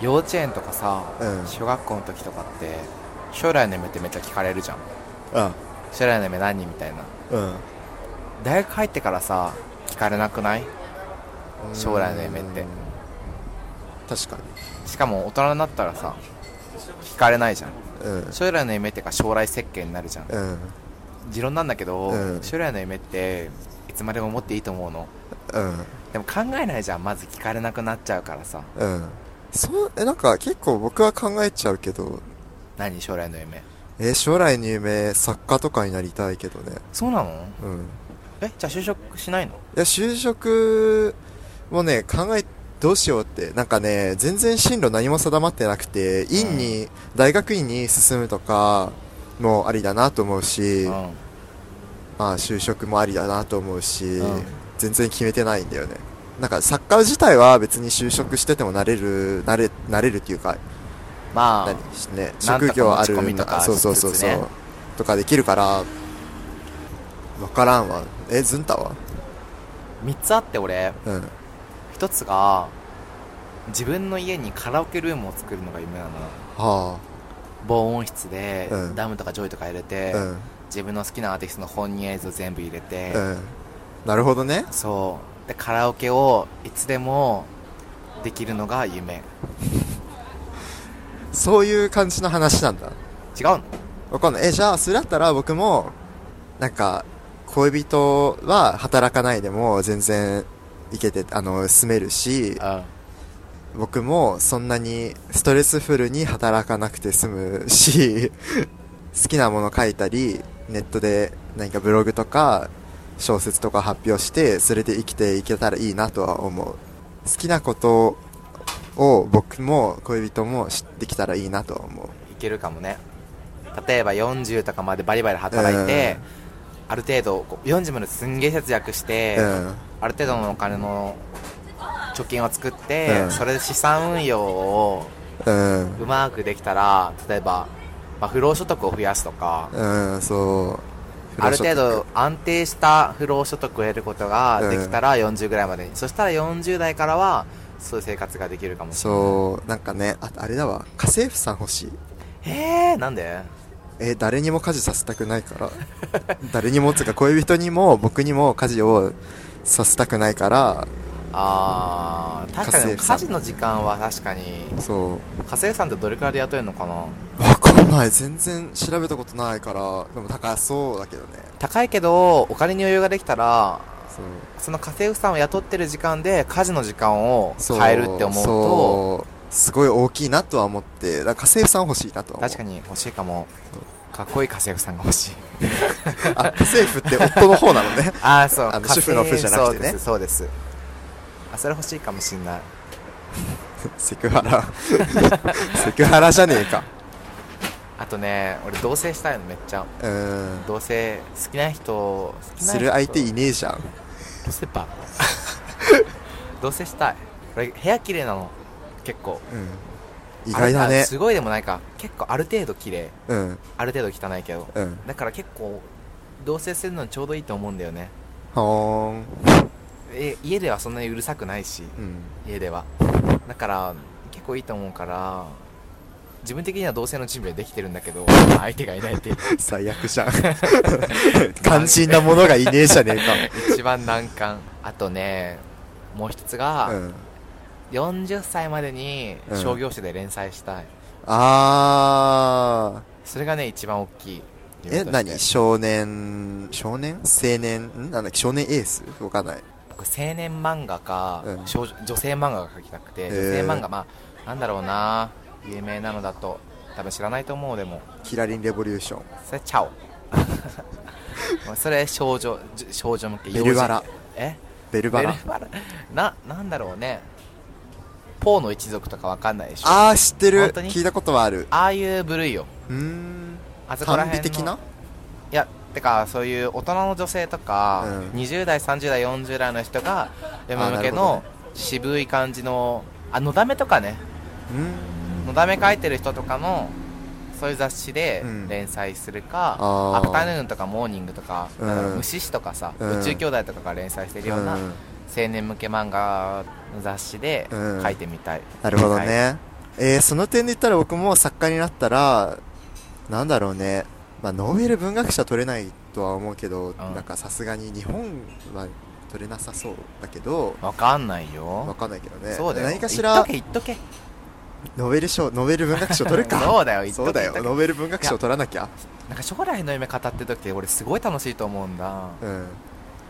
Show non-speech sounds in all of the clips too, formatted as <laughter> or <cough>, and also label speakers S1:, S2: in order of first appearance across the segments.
S1: 幼稚園とかさ、
S2: うん
S1: 小学校の時とかって将来の夢ってめっちゃ聞かれるじゃん
S2: うん
S1: 将来の夢何みたいな
S2: うん
S1: 大学入ってからさ聞かれなくない将来の夢って
S2: 確か
S1: しかも大人になったらさ聞かれないじゃん
S2: にうん
S1: 将来の夢ってか将来設計になるじゃん
S2: うん
S1: 持論なんだけど、
S2: うん
S1: 将来の夢っていつまでも持っていいと思うの
S2: うん
S1: でも考えないじゃんまず聞かれなくなっちゃうからさ
S2: うんそうえなんか結構僕は考えちゃうけど
S1: 何将来の夢
S2: え将来の夢作家とかになりたいけどね
S1: そうなの
S2: うん
S1: えじゃあ就職しないの
S2: いや就職もね考えどうしようってなんかね全然進路何も定まってなくて院に、大学院に進むとかもありだなと思うし、
S1: うん
S2: まあ就職もありだなと思うし、
S1: うん
S2: 全然決めてないんだよねなんかサッカー自体は別に就職しててもなれるなれなれるっていうか
S1: まあ
S2: 何ね
S1: なんとか
S2: 職業あ
S1: 持
S2: る
S1: ち込みとか
S2: そうそうそう
S1: しつつ
S2: そう、
S1: ね
S2: とかできるから分からんわえずんたは
S1: 3つあって俺
S2: うん
S1: 1つが自分の家にカラオケルームを作るのが夢なの
S2: は
S1: 防音室で、
S2: うん
S1: ダムとかジョイとか入れて、
S2: あうん
S1: 自分の好きなアーティストの本人映像全部入れて、
S2: うん、なるほどね
S1: そうでカラオケをいつでもできるのが夢違う
S2: そういう感じの話なんだ
S1: の
S2: わかんないえじゃあそれだったら僕もなんか恋人は働かないでも全然いけてあの住めるし
S1: うん
S2: 僕もそんなにストレスフルに働かなくて済むし <laughs> 好きなもの書いたりネットで何かブログとか小説とか発表してそれで生きていけたらいいなとは思う好きなことを僕も恋人もしできたらいいなとは思う
S1: いけるかもね例えば40とかまでバリバリ働いて、ある程度こう40まですんげえ節約して、
S2: うん
S1: ある程度のお金の貯金を作って、
S2: うん
S1: それで資産運用を
S2: うん
S1: うまくできたら例えば、まあ、不労所得を増やすとか、
S2: うん、そう。
S1: ある程度安定した不労所得を得ることができたら40ぐらいまでに、そしたら40代からはそういう生活ができるかもしれない
S2: そう、なんかね、ああれだわ、家政婦さん欲しい。
S1: へえなんで
S2: えー誰にも家事させたくない
S1: <laughs>
S2: から。誰にも、つうか恋人にも僕にも家事をさせたくないから、
S1: あー確かに
S2: 家政婦さ
S1: 家
S2: ん
S1: 事の時間は確かに
S2: そ
S1: 家政婦さんってどれくらいで雇えるのかな
S2: う。わかんない。全然調べたことないから、でも高そうだけどね。
S1: 高いけどお金に余裕ができたら
S2: そう。
S1: その家政婦さんを雇ってる時間で家事の時間を
S2: そう
S1: 変えるって思うと
S2: そうすごい大きいなとは思って、だから家政婦さん欲しいなとは思う。
S1: 確かに欲しいかもかっこいい家政婦さんが欲しい
S2: あ、家政婦って夫の方なのね。
S1: <laughs> ああそう
S2: あの
S1: 家政
S2: 主婦の婦じゃなく
S1: そう
S2: てね
S1: ですそうですあそれ欲しいかもしんない
S2: セク
S1: <laughs>
S2: ハラ。セクハラじゃねえか。
S1: あとね俺同棲したいのめっちゃ
S2: うん。
S1: 同棲好きな人好きな人
S2: する相手いねえじゃん
S1: どうせば <laughs> 同棲したい俺部屋綺麗なの結構
S2: 意外だ
S1: あれ
S2: ね
S1: あすごいでもないか結構ある程度綺麗
S2: うん
S1: ある程度汚いけど
S2: うん
S1: だから結構同棲するのにちょうどいいと思うんだよね
S2: ほーん
S1: え家ではそんなにうるさくないし
S2: うん
S1: 家ではだから結構いいと思うから自分的には同棲の準備はできてるんだけど相手がいないっていう
S2: 最悪じゃん
S1: <laughs>
S2: 肝心なものがいねえじゃねえ
S1: 一番難関あとねもう一つが、
S2: かうん
S1: 40歳までに
S2: うん
S1: 商業誌で連載したい、
S2: あ
S1: それがね一番大きい
S2: ー
S1: 夢
S2: え
S1: として
S2: 何少年少年青年んなんだっけ少年エースわかんない
S1: 僕青年漫画か、
S2: うん
S1: 少女女性漫画が描きたくて
S2: へ
S1: 女
S2: ー
S1: 性漫画まあなんだろうな有名なのだと多分知らないと思うでも
S2: キラリンレボリューション
S1: それチャオ
S2: <laughs>
S1: まあそれ少女じ少女向け
S2: ベルバラ
S1: 幼児え
S2: ベル
S1: ベ
S2: バ
S1: ル
S2: ラ
S1: バラななんだろうねポーの一族とかわかんないでしょあ
S2: あー知ってる
S1: 本当に
S2: 聞いたことはある
S1: あいう部類よ
S2: うーん
S1: あそこら
S2: 賛美
S1: 辺の
S2: 的ない
S1: やてかそういう大人の女性とか、
S2: うん
S1: 20代30代40代の人が
S2: あ
S1: 山
S2: ー
S1: 向
S2: な
S1: け
S2: るほど
S1: の
S2: ね
S1: 渋い感じのあのだめとかね
S2: うん
S1: のだめ書いてる人とかのそういう雑誌で
S2: うん
S1: 連載するか、
S2: あー
S1: アフタヌーンとかモーニングとか、
S2: うん
S1: なんか虫師とかさ、
S2: うん
S1: 宇宙兄弟とかが連載してるような
S2: うん
S1: 青年向け漫画の雑誌で
S2: うん
S1: 書いてみたい、
S2: なるほど
S1: はい
S2: ねえーその点で言ったら僕も作家になったら、なんだろうね、まあ、ノーベル文学賞取れないとは思うけど、なんかさすがに日本は取れなさそうだけど、
S1: わかんないよ
S2: わかんないけどね、
S1: そうだよ
S2: 何かし
S1: 言っ
S2: ら
S1: とけ言っとけ
S2: ノーベル賞、ノーベル文学賞取る
S1: <laughs>
S2: か。
S1: そうだよ言っとけ
S2: そうだよ、
S1: 言っとけ
S2: ノーベル文学賞取らなきゃ。
S1: なんか将来の夢語ってる時って俺すごい楽しいと思うんだ
S2: うん、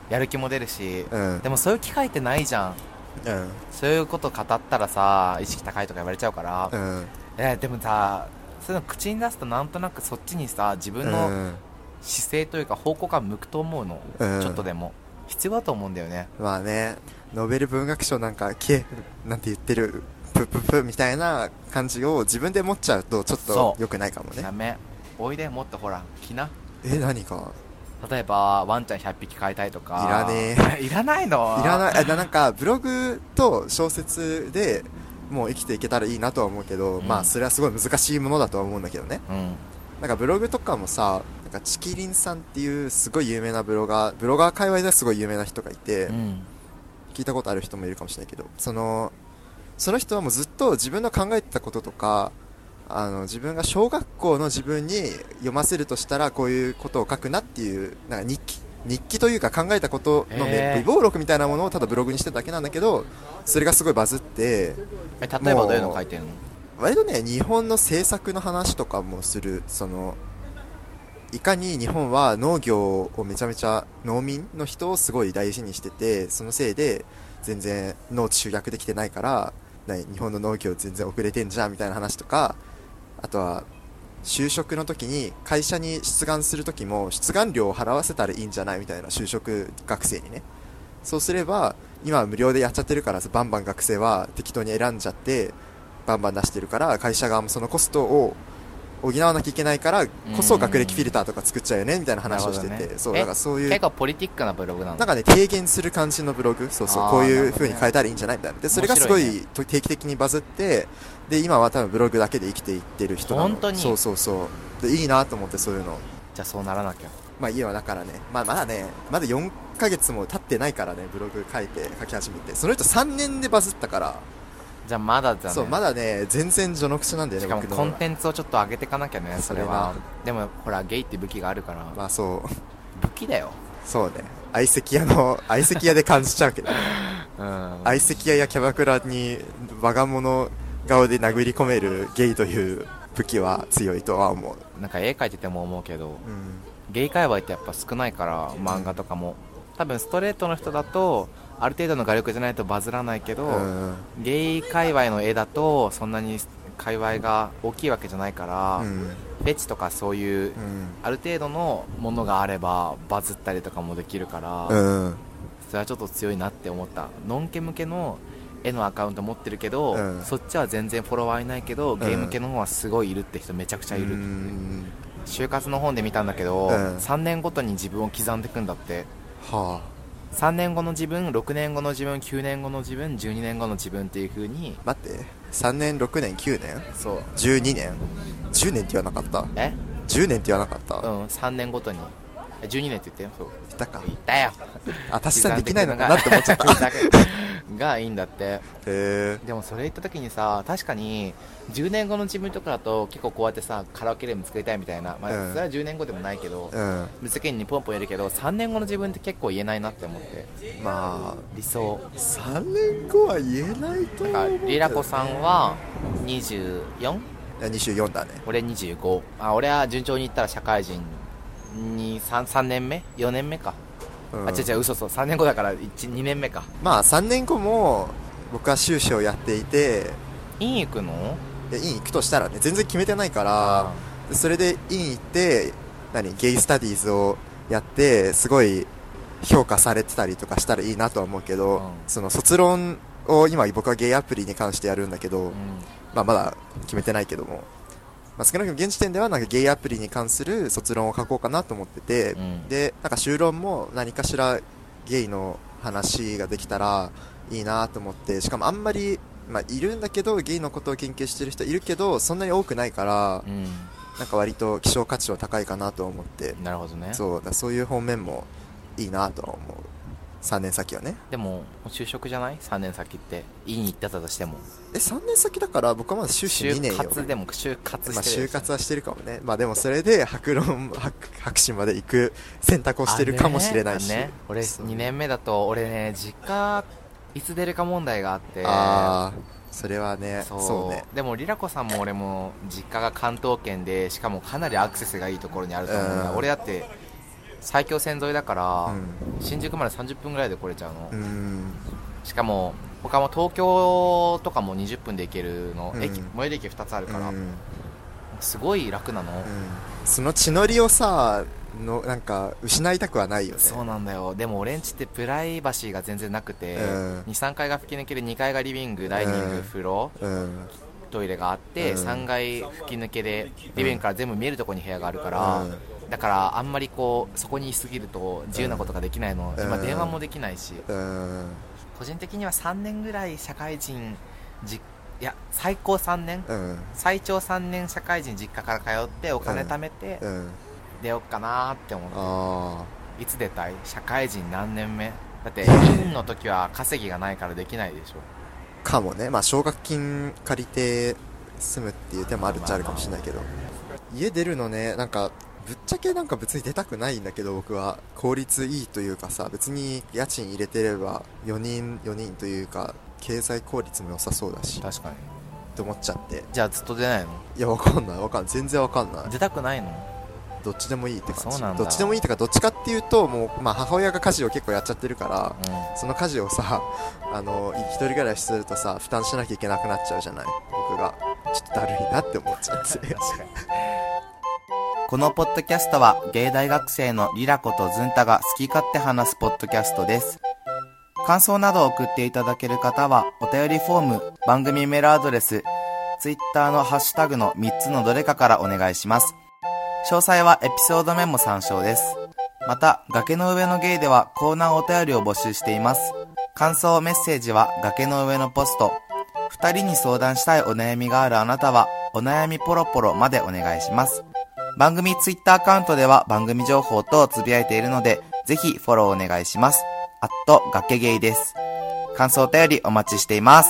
S1: やる気も出るし、
S2: うん、
S1: でもそういう機会ってないじゃん
S2: うん、
S1: そういうこと語ったらさ意識高いとか言われちゃうから、
S2: うん、
S1: えーでもさそういうの口に出すとなんとなくそっちにさ自
S2: う
S1: 分の
S2: ん、
S1: 姿勢というか方向が向くと思うの、
S2: うん
S1: ちょっとでも必要だと思うんだよね
S2: まあね、ノーベル文学賞なんか、け、なんて言ってる、ぷぷぷみたいな感じを自分で持っちゃうと、ちょっと
S1: そう
S2: 良くないかもね
S1: ダ。メおいでもっとほら来な
S2: え、何か。
S1: 例えばワンちゃん100匹飼いたいとか
S2: いらね
S1: え <laughs> いらないの
S2: いらない、あななんか、ブログと小説で、もう生きていけたらいいなとは思うけど、
S1: うん
S2: まあ、それはすごい難しいものだとは思うんだけどね。
S1: うん
S2: なんかブログとかもさ、なんかチキリンさんっていうすごい有名なブロガー、ブロガー界隈ではすごい有名な人がいて、
S1: うん
S2: 聞いたことある人もいるかもしれないけどそのその人はもうずっと自分の考えてたこととかあの自分が小学校の自分に読ませるとしたらこういうことを書くなっていうなんか日記日記というか考えたことの
S1: へー
S2: 微暴録みたいなものをただブログにしてただけなんだけどそれがすごいバズって
S1: え例えばどういうの書いてんの
S2: 割とね日本の政策の話とかもするそのいかに日本は農業をめちゃめちゃ農民の人をすごい大事にしててそのせいで全然農地集約できてないからな日本の農業全然遅れてんじゃんみたいな話とかあとは就職の時に会社に出願する時も出願料を払わせたらいいんじゃないみたいな就職学生にねそうすれば今は無料でやっちゃってるからバンバン学生は適当に選んじゃってバンバン出してるから会社側もそのコストを補わなきゃいけないからこそ学歴フィルターとか作っちゃうよねみたいな話をして
S1: なるほ
S2: て、
S1: どね
S2: そう
S1: え
S2: だからそういう
S1: 結構ポリティックなブログなの
S2: なんかね、提言する感じのブログ、そうそ
S1: あ
S2: う、
S1: ー
S2: こう
S1: ないる
S2: う
S1: ほどね
S2: 風に変えたらいいんじゃないみたいな。で、それがすご
S1: 面白
S2: いと定期的にバズって、で、今は多分ブログだけで生きていってる人なの。
S1: 本当に
S2: そうそうそう。で、いいなと思って、そういうの。
S1: じゃあそうならなきゃ
S2: まあ、家はだからね、まあ、まだね、まだ4ヶ月も経ってないからね、ブログ書いて、書き始めて。その人3年でバズったから、
S1: じゃあまだだね
S2: そう、まだね、全然序の口なんだよ
S1: し
S2: ね、
S1: かも
S2: 僕の。
S1: コンテンツをちょっと上げていかなきゃねそれはでもほらゲイって武器があるから、
S2: まあ、そう、
S1: 武器だよ
S2: そうね。相席屋の、相席屋で感じちゃうけどね。
S1: うん
S2: 相席屋やキャバクラに我が物顔で殴り込めるゲイという武器は強いとは思う、
S1: なんか絵描いてても思うけど
S2: うん、
S1: ゲイ界隈ってやっぱ少ないから漫画とかも多分ストレートの人だとある程度の画力じゃないとバズらないけど、
S2: うん
S1: ゲイ界隈の絵だとそんなに界隈が大きいわけじゃないから、
S2: う
S1: フ
S2: ん
S1: ェチとかそういう、ある程度のものがあればバズったりとかもできるから、
S2: うんうん
S1: それはちょっと強いなって思ったのんけ向けの絵のアカウント持ってるけど、
S2: うん
S1: そっちは全然フォロワーいないけど、
S2: ん
S1: ゲーム系の方はすごいいるって人めちゃくちゃいる、
S2: うん
S1: 就活の本で見たんだけど、
S2: うん
S1: 3年ごとに自分を刻んでいくんだって
S2: はあ
S1: 3年後の自分6年後の自分9年後の自分12年後の自分っていう風に
S2: 待って3年6年9年
S1: そう
S2: 12年10年って言わなかった
S1: え
S2: 10年って言わなかった、
S1: う
S2: 言っ
S1: ん3年ごとにえ12年って言ってよそう
S2: たか
S1: 言ったよ
S2: あ <laughs> 達成できないのかなって思っちゃったへ
S1: 刻んでいくのががいいんだって
S2: え
S1: でもそれ言った時にさ確かに10年後の自分とかだと結構こうやってさカラオケでも作りたいみたいな、まあ
S2: うん
S1: それは10年後でもないけど、
S2: うん
S1: 無責任にポンポンやるけど3年後の自分って結構言えないなって思って
S2: まあ
S1: 理想
S2: 3年後は言えないと
S1: だから
S2: 思う
S1: リラコさんは 24?
S2: いや24だね
S1: 俺25あ俺は順調にいったら社会人に 3, 3年目4年目か、
S2: うん
S1: あ違う違う嘘そう3年後だから2年目か
S2: まあ3年後も僕は修士をやっていて
S1: 院行くの
S2: で院行くとしたらね全然決めてないからでそれで院行って何ゲイスタディーズをやってすごい評価されてたりとかしたらいいなとは思うけど、
S1: うん
S2: その卒論を今僕はゲイアプリに関してやるんだけど、
S1: う
S2: まあ、まだ決めてないけども、まあ、少なくとも現時点ではなんかゲイアプリに関する卒論を書こうかなと思ってて、
S1: うん
S2: でなんか修論も何かしらゲイの話ができたらいいなと思ってしかもあんまり、まあ、いるんだけどゲイのことを研究してる人いるけどそんなに多くないから、
S1: ん、
S2: なんか割と希少価値は高いかなと思って
S1: うん、なるほどね
S2: そうだそういう方面もいいなとは思う3年先はね
S1: でももう就職じゃない ?3 年先っていいに行ってたとしても
S2: え3年先だから僕はまだ修士2年
S1: 就
S2: よ
S1: 活でも就活
S2: まあ、
S1: してる
S2: 就活はしてるかもね、まあ、でもそれで博論博博士まで行く選択をしてるかもしれないし、
S1: あねあね俺
S2: そう
S1: 2年目だと俺ね実家いつ出るか問題があって
S2: ああそれはねそ
S1: そうう
S2: ね
S1: でもリラコさんも俺も実家が関東圏でしかもかなりアクセスがいいところにあると思うんだ、
S2: うん
S1: 俺だって埼京線沿いだから、
S2: う
S1: 新宿まで30分ぐらいで来れちゃうの、
S2: んうん
S1: しかも他も東京とかも20分で行けるの、
S2: うん
S1: 駅最寄り駅2つあるから、
S2: うん
S1: すごい楽なの、
S2: その血のりをさのなんか失いたくはないよね
S1: そうなんだよでも俺んちってプライバシーが全然なくて、
S2: うん
S1: 23階が吹き抜けで2階がリビングダイニング、
S2: うん
S1: 風呂
S2: うん
S1: トイレがあって、
S2: うん
S1: 3階吹き抜けでリビングから全部見えるところに部屋があるから、
S2: うん
S1: だからあんまりこうそこにいすぎると自由なことができないの、
S2: うん
S1: 今電話もできないし、
S2: うん
S1: 個人的には3年ぐらい社会人じいや最高3年、
S2: うん
S1: 最長3年社会人実家から通ってお金
S2: うん
S1: 貯めて
S2: うん
S1: 出よっかなーって思って、
S2: あ
S1: いつ出たい社会人何年目だ <laughs> って院の時は稼ぎがないからできないでしょ
S2: あかもねまあ奨学金借りて住むっていう手もあるっちゃあるかもしれないけど家出るのねなんかぶっちゃけなんか別に出たくないんだけど僕は効率いいというかさ別に家賃入れてれば4人4人というか経済効率も良さそうだし
S1: 確かに
S2: と思っちゃって
S1: じゃあずっと出ないの
S2: いやわかんないわかんない全然わかんない
S1: 出たくないの
S2: どっちでもいいって感
S1: そう
S2: じ
S1: なんだ
S2: どっちでもいいってかどっちかっていうともう、まあ、母親が家事を結構やっちゃってるから
S1: うん
S2: その家事をさ <laughs> あの一人暮らしするとさ負担しなきゃいけなくなっちゃうじゃない僕がちょっとだるいなって思っちゃって
S1: このポッドキャストは芸大学生のリラコとズンタが好き勝手話すポッドキャストです感想などを送っていただける方はお便りフォーム番組メールアドレスツイッターのハッシュタグの3つのどれかからお願いします詳細はエピソードメモ参照ですまた崖の上のゲイではコーナーお便りを募集しています感想メッセージは崖の上のポスト二人に相談したいお悩みがあるあなたは、お悩みポロポロまでお願いします。番組ツイッターアカウントでは番組情報とつぶやいているので、ぜひフォローお願いします。あっと、崖ゲイです。感想お便りお待ちしています。